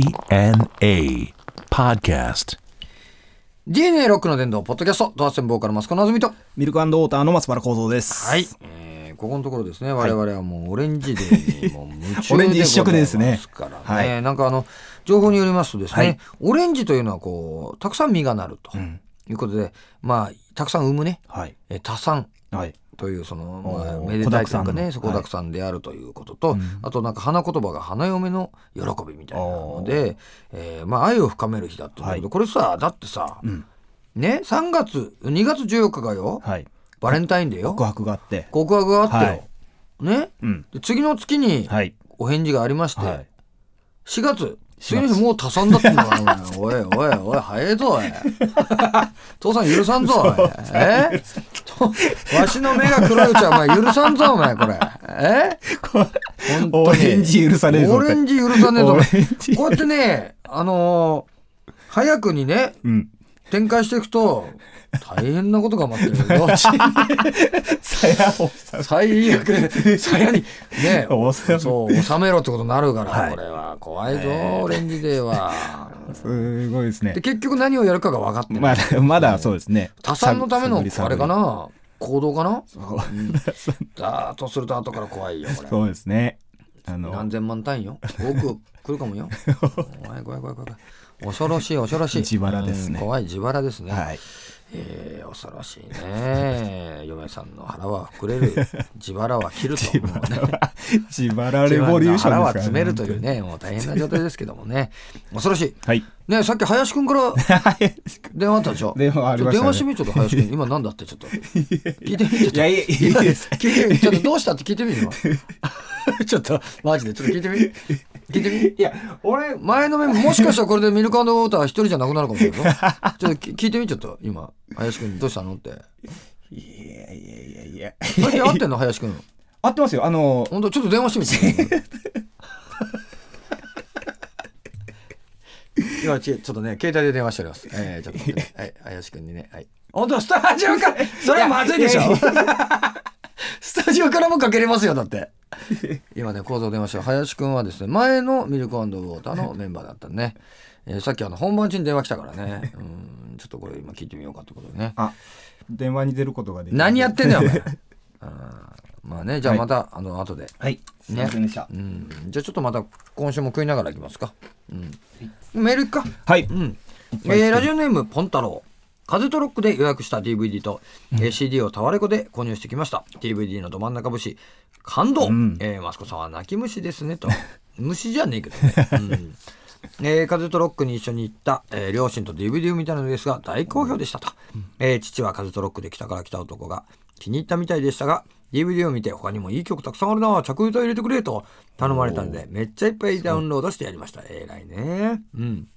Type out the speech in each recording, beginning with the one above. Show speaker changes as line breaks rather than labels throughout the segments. DNA Podcast.
DNA ロックの伝道ポッドキャストドアセンボーカルマスコナズミと
ミルクウォーターの松原幸三です。
はい、えーここのところですね我々はもうオレンジデーにもう夢中
オレン
で
ジ一色ですね
ございますからね、
は
なんかあの情報によりますとですね、
はい
オレンジというのはこうたくさん実がなるということで、まあたくさん産むね
はい。
えー多産
はい。
というその、まあ、
おー
めでたいというかね
子
子だ
沢
くさんであるということと、
うん
あとなんか花言葉が花嫁の喜びみたいなので、えーまあ、愛を深める日だったんだけ
は
ど、
い
これさだってさ、
うん。
ね3月2月14日がよ
はい。
バレンタインデーよ
告白があって。
告白があったよ、ね
うん。
で次の月に
はい。
お返事がありまして、
はい。
4月次の日もう多産だったんだからおいおいおい早いぞ おい父さん許さんぞおいえとわしの目が黒いうちはお前許さんぞお前これえ本当に
オレンジ許さねえぞ
オ
って
レンジ許さねえぞ
オレンジ
こうやってねあのー早くにね
うん。
展開していくと大変なことが待ってる よ
さやおさん。
最悪さやにね
おさや
そう収めろってことになるから、
はい
これは怖いぞ、オレンジデーは
すごいですね
で。結局何をやるかが分かってない、
まだ、まだそうですね。
多産のための
探り探
あ
り
れかな行動かな
そう
だーとすると後から怖いよこれ
そうですね。あの
何、千万単位よ5億来るか もよ怖い怖い怖い怖い恐ろしい恐ろしい
自腹ですね
うん怖い自腹ですね、
はい。
えー恐ろしいね嫁さんの腹は膨れる自腹は切る と思うね
自腹レボリューションですから
腹は詰めるという。ね、もう大変な状態ですけどもね、恐ろしい。
はい。
ね、さっき林く んから
はい。
電話あったでしょ。
電話ありましたね
ちょっと電話してみちょっと林く ん、今なんだってちょっと。聞いてみ
い
て
や、いいいいです。
聞いてみちょっとどうしたって聞いてみるわ。 ちょっと、マジで、ちょっと聞いてみ。聞いてみ。
いや、俺、
前の面、もしかしたらこれでミルクウォーター一人じゃなくなるかもしれないよちょっと聞聞いてみ、ちょっと、今。林くん、どうしたのって。
いやいやいやいや。
最近会ってんの、林くん。
合ってますよ。あの、
本当ちょっと電話してみて。 今ちちょっとね携帯で電話しております。えー、ちょっと待 ってねはい林くんにねはい。本当スタジオかそれはまずいでしょ
いやい。
スタジオからもかけれますよだって。今ね構造電話してる林くんはですね前のミルクウォーターのメンバーだったね。えー、さっきあの本番中に電話来たからね。うんちょっとこれ今聞いてみようかってことでね。
あ、電話に出ることができ
何やってん
の
だよお 前。あーまあねじゃあまた、あの後で。
はい。すいませんでした
う。ん、じゃあちょっとまた今週も食いながらいきますか。うん、メールいっか。
はい。
うん。えーラジオネームポン太郎。風トロックで予約した DVD と、えー CD をタワレコで購入してきました。DVD のど真ん中節、感動、
うん
えーマスコさんは泣き虫です ねと。虫じゃねえけどね。うんえー風とロックに一緒に行った、えー両親と DVD を見たのですが大好評でしたと、えー父は風とロックで来たから来た男が気に入ったみたいでしたが DVD を見て他にもいい曲たくさんあるな着歌入れてくれと頼まれたんでめっちゃいっぱいダウンロードしてやりましたえらいねうん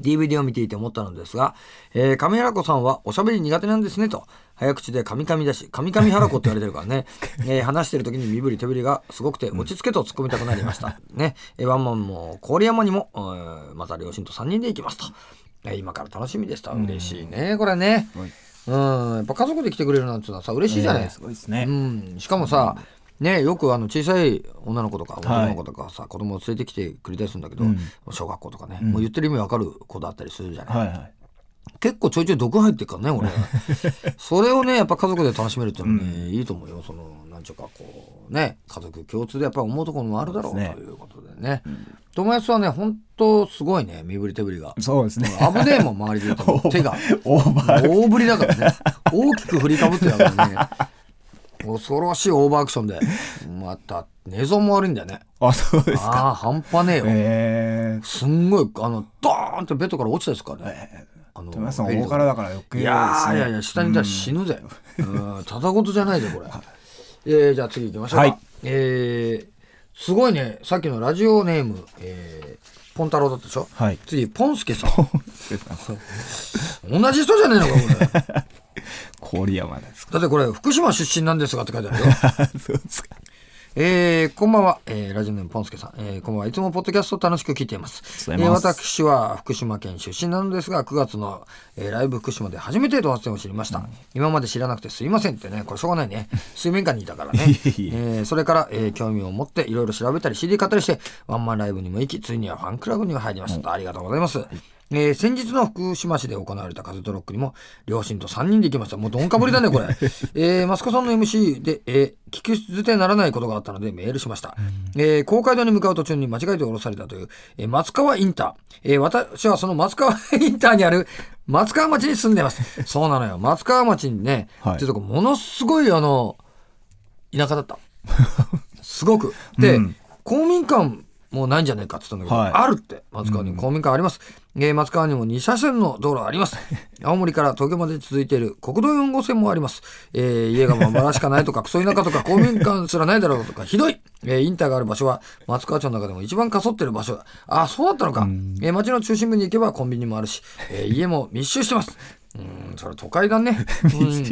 DVD を見ていて思ったのですが、えー、上原子さんはおしゃべり苦手なんですねと早口で「カミカミだし「カミカミ原子」って言われてるからね、えー話してる時に身振り手振りがすごくて落ち着けと突っ込みたくなりました、ねえーワンマンも郡山にも、えーまた両親と3人で行きますと、えー今から楽しみですと嬉しいねこれね
ごい
うんやっぱ家族で来てくれるなんていうのはさ嬉しいじゃない
えー
です
す
か
ごいですね。
うん、しかもさ、ね、よくあの小さい女の子とか
はい
男の子とかさ、子供を連れてきてくれたりするんだけど、
うん
小学校とかね、
うん
もう言ってる意味わかる子だったりするじゃない、
はいはい。
結構ちょいちょい毒入ってるからね 俺それをねやっぱ家族で楽しめるっていうのはね、いいと思うよそのなんちゅうかこうね家族共通でやっぱ思うところもあるだろう
そうですね
ということでね友達はね本当すごいね身振り手振りが
そうですね。
危ねえもん周りで言う と手が。
オーバー。
大振りだからね大きく振りかぶってたからね 恐ろしいオーバーアクションでまた寝相も悪いんだよね
あ、そうですか。
ああ半端ねえよ、
えー。
すんごいあのドーンってベッドから落ちたですからね、あの
皆さん
ヘリ
大
と
柄だから余計
い
ですね。
やーいやいや下にいたら死 ぬぜ、うん、ただごとじゃないぜこれ、えー、じゃあ次行きましょうか、
はい
えー、すごいねさっきのラジオネーム、えー、ポン太郎だったでしょ、
はい
次ポンスケさん同じ人じゃねえのかこれ
郡山ですか。
だってこれ福島出身なんですがって書いてあるよ
そうですか。
えーこんばんは、えーラジオネームポンスケさん、えーこんばんはいつもポッドキャストを楽しく聞いています
ありがとうございます
えー私は福島県出身なのですが9月の、えーライブ福島で初めてドハツ展を知りました、今まで知らなくてすいませんってねこれしょうがない ね水面下にいたからね
いえい
えーそれから、えー興味を持っていろいろ調べたり CD 買ったりしてワンマンライブにも行きついにはファンクラブにも入りました、ありがとうございます、えー先日の福島市で行われたカズトロックにも両親と3人で行きましたもうどんかぶりだね これ、えー、マスコさんの MC で、えー聞き捨てならないことがあったのでメールしました、えー公会堂に向かう途中に間違えて降ろされたという、えー松川インター、えー私はその松川インターにある松川町に住んで ますそうなのよ松川町にね、
はい
っていうとこものすごいあの田舎だったすごく。で、
うん
公民館もないんじゃないかって言ったんだけど、
はい
あるって、松川に公民館あります。えー松川にも2車線の道路あります。青森から東京まで続いている国道4号線もあります。えー家がまばらしかないとか、クソ田舎とか、公民館すらないだろうとか、ひどい、えーインターがある場所は、松川町の中でも一番かそってる場所だ。あ、そうだったのか。えー町の中心部に行けばコンビニもあるし、えー家も密集してます。うーん、それ都会だね。うん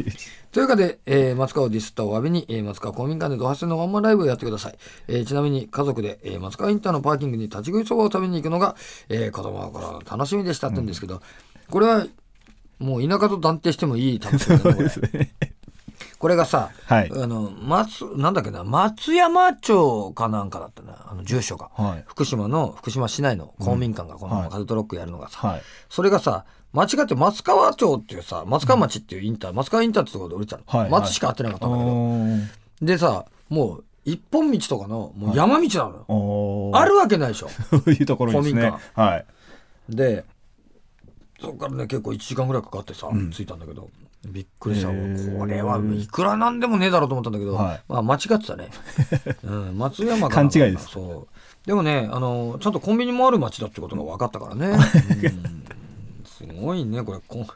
というかで、えー松川をディスったお詫びに、えー松川公民館でドハセのワンマンライブをやってください。えーちなみに家族で、えー松川インターのパーキングに立ち食いそばを食べに行くのが、えー子供の頃の楽しみでしたって言うんですけど、これはもう田舎と断定してもいい楽しみだねこれ。これがさ、
はい
あの松なんだっけな松山町かなんかだったなあの住所が、
はい
福島の福島市内の公民館がこ
は
の
い
カルトロックやるのがさ、
はい。
それがさ、間違って松川町っていうさ、松川町っていうインター、松川インターってところで降りてたの。
はいはい
松しか合ってなかったんだけど。でさ、もう一本道とかの、もう山道なのよ。
おー
あるわけないでしょ。
そういうところです
古
ね
民。
はい。
で、そこからね、結構1時間ぐらいかかってさ、着いたんだけど、びっくりした。
へー
これはいくらなんでもねえだろうと思ったんだけど、
はい
まあ間違ってた ね。うん、松山かな
勘違いです
そう。でもね、あの、ちゃんとコンビニもある町だってことが分かった からね。うんすごいね、これ。こ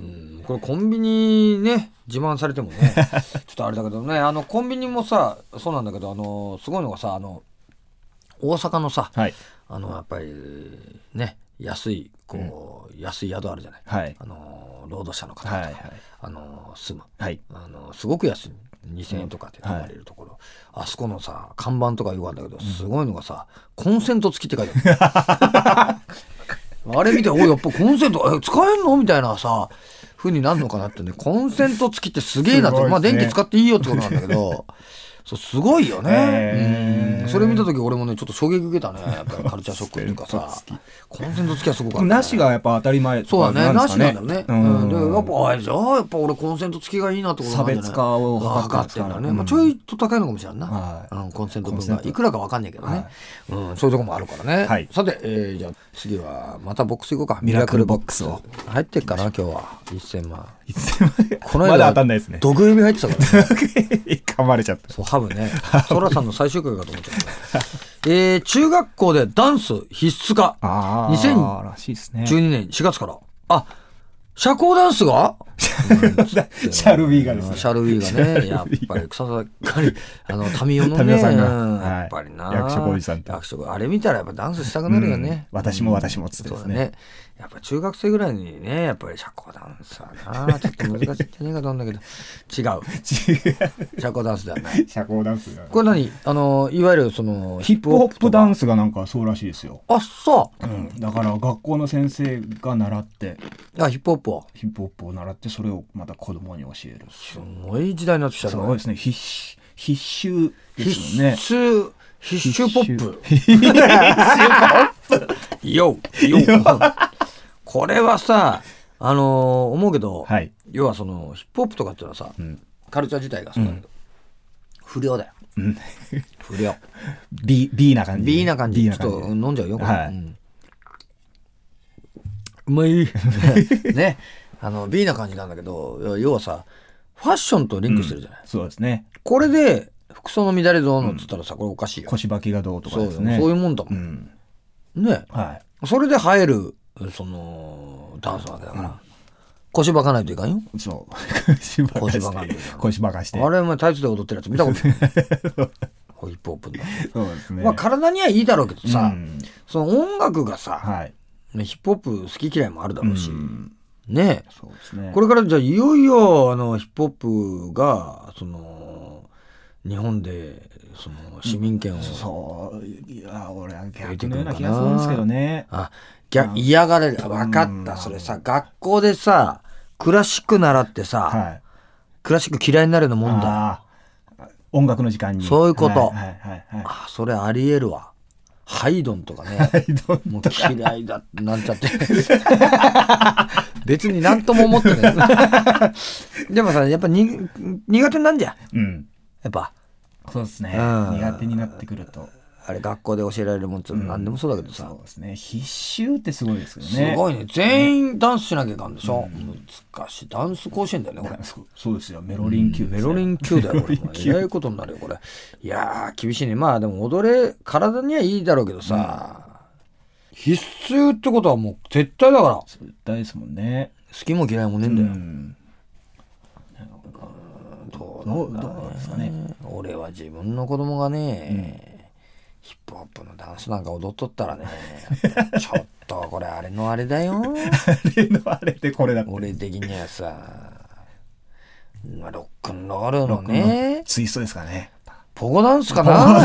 うん、これコンビニね自慢されても ねちょっとあれだけどねあのコンビニもさそうなんだけどあのすごいのがさあの大阪のさ、
はい。
あのやっぱりね安いこう、安い宿あるじゃない、
はい。
あの労働者の方とか、
はい。はい。
あの住む
はい。
あのすごく安い2000円とかで泊まれるところ、あそこのさ看板とかよくあるんだけどすごいのがさ、コンセント付きって書いてある あれ見ておいやっぱコンセントえ使えんのみたいなさふうになるのかなってねコンセント付きってすげえなって、
すごい
まあ
ですね
電気使っていいよってことなんだけどそうすごいよね、
へー
うんそれ見た時俺もねちょっと衝撃受けたねやっぱりカルチャーショックっていうかさコンセント付きはすごかった、ね、
なしがやっぱ当たり前と
そ
か
うだね、
んで
な
す
し
か
なんだよね。う
うん
ん、で、やっぱ、あれじゃあ、やっぱ俺コンセント付きがいいなってことなんじゃない
差別化を図ってますから
あ図ってんだね。まあ、ちょいと高いのかもしれんな。
はい
うん、コンセント分がいくらかわかんないけどね。うん、そういうとこもあるからね。
はい
さて、えーじゃあ、次はまたボックス行こうか。ミ
ラクルボックスを
ラクルボックス入ってっかな、今日は。一千万。こ
こ
の間
の間まだ当たんないですね。
毒指入ってたからね。
噛まれちゃった。
そう、ハブね。ソラさんの最終回かと思っちゃった。えー、中学校でダンス必須化。
あ
2012
らしいですね
年4月から。あ、社交ダンス が
シャルビーがですね。
シャルウィーがね、やっぱり草刈り、あの、民生のね、
民生さんが
うん
はい
やっぱりな、
役所広司さんと
役所広司あれ見たらやっぱダンスしたくなるよね。
うん私も私もっつって
そう
で
だ
すね。
ね。やっぱ中学生ぐらいにね、やっぱり社交ダンスは な、ちょっと難しいんじゃねえかと思うんだけど、違う。社交ダンスではない。
社交ダンスが。
これ何あの、いわゆるその、
ヒップホップダ
ン
ンスがなんかそうらしいですよ、
あ、そ
うん、だから学校の先生が習って
う。あ、ヒップホップを。
ヒップホップを習ってそれをまた子供に教える
すごい時代になってきた
す
ね
ごいですね必死必修で
必
すもんね
須、必修ポップ。よう、よう。これはさ、あのー思うけど、
はい。
要はそのヒップホップとかっていうのはさ、カルチャー自体がそうだけど、不良だよ。不良。
B、B な感じ。
B な感じ。
B
ちょ
な
っと
感
飲んじゃうよ、これ
はい
うんうま い。ね。あの、B な感じなんだけど、要はさ、ファッションとリンクしてるじゃない。
じ。そうですね。
これで、服装の乱れどうのっつったらさ、これおかしいよ。
腰履きがどうとか
そう
で
よ
す
そう
ね。
いうもんだも。
うんん。
ね。
はい。
それで生える、その、ダンスなわけだから。腰ばかないといかんよ。
そう。腰ば
腰ばか
かし
り
て。腰ばかして。
あれ、お前、タイツで踊ってるやつ見たことない。 ホイップホップの。
そうですね。
まあ、体にはいいだろうけどさ、
うん
その音楽がさ、
はい。
ねヒップホップ好き嫌いもあるだろうし
う、ん
ねえ
そうですね。
これからじゃあいよいよ、あの、ヒップホップが、その、日本でその市民権を、
そういや俺は逆のような気がするんですけどね
あ逆嫌がられるあ分かったそれさ学校でさクラシック習ってさ、
はい
クラシック嫌いになるようなもんだ
あー音楽の時間に
そういうこと
はいはいはいはい
あそれありえるわハイドンとかねもう嫌いだってなっちゃって 別に何とも思ってない でもさやっぱに苦手なんじゃん
うん
やっぱ
そうですね
うん
苦手になってくると
あれ学校で教えられるもんつうの何でもそうだけどさ、
そうですね必修ってすごいですよね
すごいね全員ダンスしなきゃいかんでしょ、難しいダンス甲子園だよねこれ
そうそうですよメロリン級
メロリ
ン
ン級だよ、これ。えらいことになるよ、これ。いやー、厳しいね。まあ、でも、踊れ、体にはいいだろうけどさ、必須ってことはもう、絶対だから、好
大ですもんね
きも嫌いもねえんだよ。
うん
どう
どうどうですかね
俺は自分の子供がね、ヒップホップのダンスなんか踊っとったらね、 ちょっと、これ、あれのあれだよ。
例のあれでこれだ
俺的にはさ、まあロックンロールのね、
ツイストですかね
ポゴダンスかな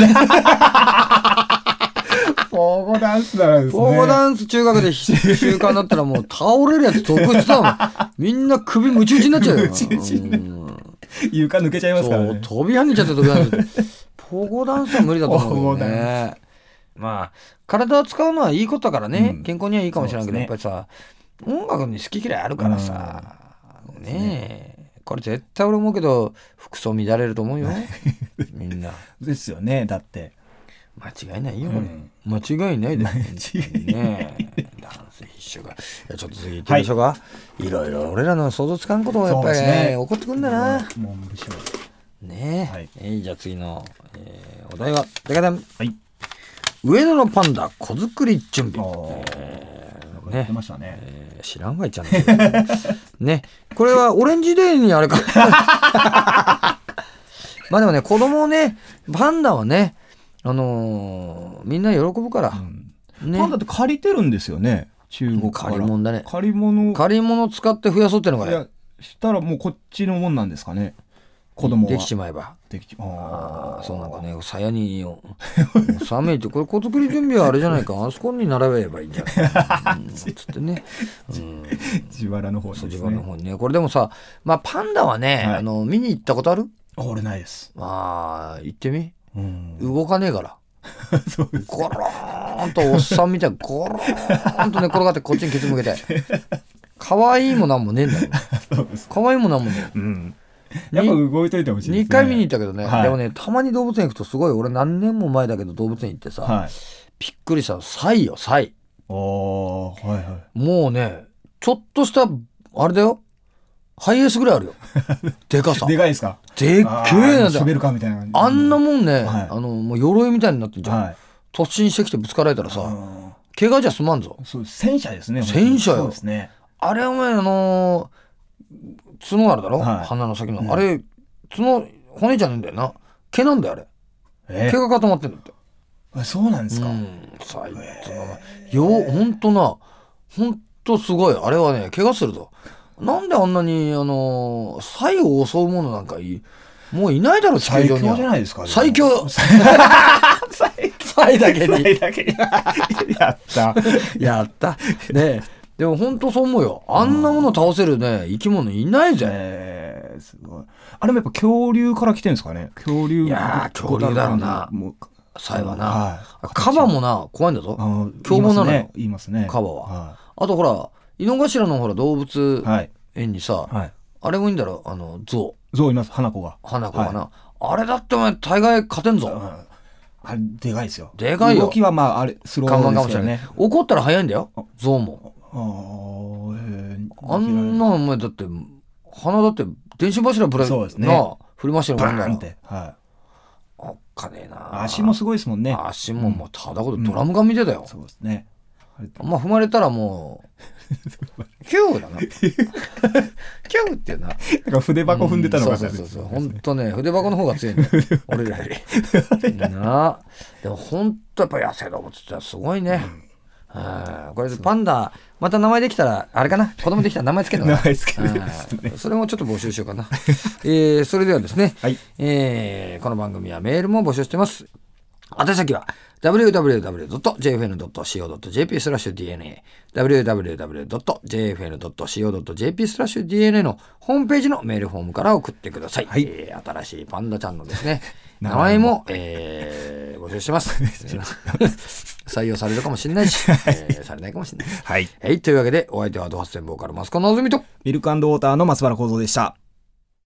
ポーゴダンスならですね
フォーダンス中学で ひ習慣になったらもう倒れるやつ特筆だもん。みんな首ムチ打ちになっちゃうよ。
ムチ打ちにな
うん
床抜けちゃいますから
そう、
ね
飛び跳ねちゃった時なんですポゴダンスは無理だと思うけど
ポゴ
ね。まあ、体を使うのはいいことだからね、
うん
健康にはいいかもしれないけど、やっぱ
そ
りさ、音楽に好き嫌いあるからさ、ねえ、これ絶対俺思うけど、服装乱れると思う よ。みんな。
ですよねだって
間違いないよ、
うん
これ。間違いないで。
違い
ねえ、ダンス必修が。いや、ちょっと次行ってみましょうか。い、ろいろ俺らの想像つかんこともやっぱり、
そうです
起
ね
こってくんだな。
文部省
ねえ。
はい
えーじゃあ次の、えーお題は、だかだん
はい
上野のパンダ、子作り準備。
ああ
ね
やってましたね
えー知らんがいちゃんねねこれはオレンジデーにあ れかまあでもね子供をねパンダはねあのーみんな喜ぶから、ね
パンダって借りてるんですよね中国から
借り物だね
借り物
借り物使って増やそうっていうの
い
が
やしたらもうこっちのもんなんですかね子供は
できちまえば
できちあ
あ
あ
そうなんかね鞘にお収めてこれ子作り準備はあれじゃない かあそこに並べればいいんじゃないうんつってね、うん、
自腹の方に
そう
で
自
す
分の
ね
方にねこれでもさまあパンダはね、
はい
あの見に行ったことある
俺ないです
まあ行ってみ
うん
動かねえから
そうです
ゴローンとおっさん みたいにゴローンと寝転がってこっちにケツ向けて可愛いもなんもねえんだよ
そうです
可愛いもなんもねえ
うんやっぱ動いといてほしいですね
2回見に行ったけどね、
はい
でもねたまに動物園行くとすごい俺何年も前だけど動物園行ってさ、
はい
びっくりしたのサイよサイ
おーはいはい
もうねちょっとしたあれだよハイエースぐらいあ るよでかさで
でかいですか
っけえ
あー
なじゃ
ショベ
ん
ルカーみたいな感じ
あんなもんね、
はい
あのもう鎧みたいになってんじゃん、
はい
突進してきてぶつかられたらさ、
うん
怪我じゃ済まんぞ
そう戦車ですね
戦車よ
そうですね
あれお前あのー角あるだろ、
はい
鼻の先の、
うん
あれ角骨じゃねえんだよな毛なんだよあれ
え
毛が固まってんだって
あそうなんですか
うんサイズがよほんとなほんとすごいあれはね怪我するぞなんであんなにあのーサイを襲うものなんかいいもういないだろ地球上
最強
に
じ
は
ゃないですか
最 強サイだけに
だけにやった
やったねえでもほんとそう思うよあんなもの倒せるね生き物いないぜ、
えー、すごい。あれもやっぱ恐竜から来てるんですかね恐竜。
いやー恐竜だろうな
もう
サイはな、
はい
カバもな怖いんだぞ
あの
凶暴なのよ
言いますね。
カバは
は。
あとほら井の頭のほら動物
はい。
園にさ、
はい。
あれもいいんだろあの象
そういます、花子が。
花子がな、あれだってお前大概勝てんぞ
ああれ、でかいですよ。
でかいよ
動きはまあ、あれ、スロ
看板
ーで
か
す
もし
けど
れない
ね。
怒ったら早いんだよ象も
あーえー
あんなお前だって鼻だって電信柱ぶら
そうですね
なあ振り回してるも
バ
んだ
ーンっ
よ
て。は
おっかねえ
い。
な
足もすごいですもんね。
足ももうただことドラム缶見てたよ、
そうですね。あれ
まあ踏まれたらも うキューだなキューっていうな
なんか筆箱踏んでたの
う
が
んそうそう
先
そうそう本当ね筆箱の方が強いん だよ俺らよりなあでも本当やっぱ野生動物ってのはすごいね、うんこれパンダまた名前できたらあれかな子供できたら名前つけるのかな
名前つけるですね
うんそれもちょっと募集しようかな、 えーそれではですね、
はい
えーこの番組はメールも募集してます宛先は www.jfn.co.jp スラッシュ DNA www.jfn.co.jp スラッシュ DNA のホームページのメールフォームから送ってください、
はい
えー新しいパンダちゃんの ですね
名
名前
前
も、えー募集してます 採用されるかもしれない し、えーされないかもしれない
はい。
はい、というわけで、お相手はドハステンボーカル、マスコのぞみと。
ミルクウォーターの松原幸三でした。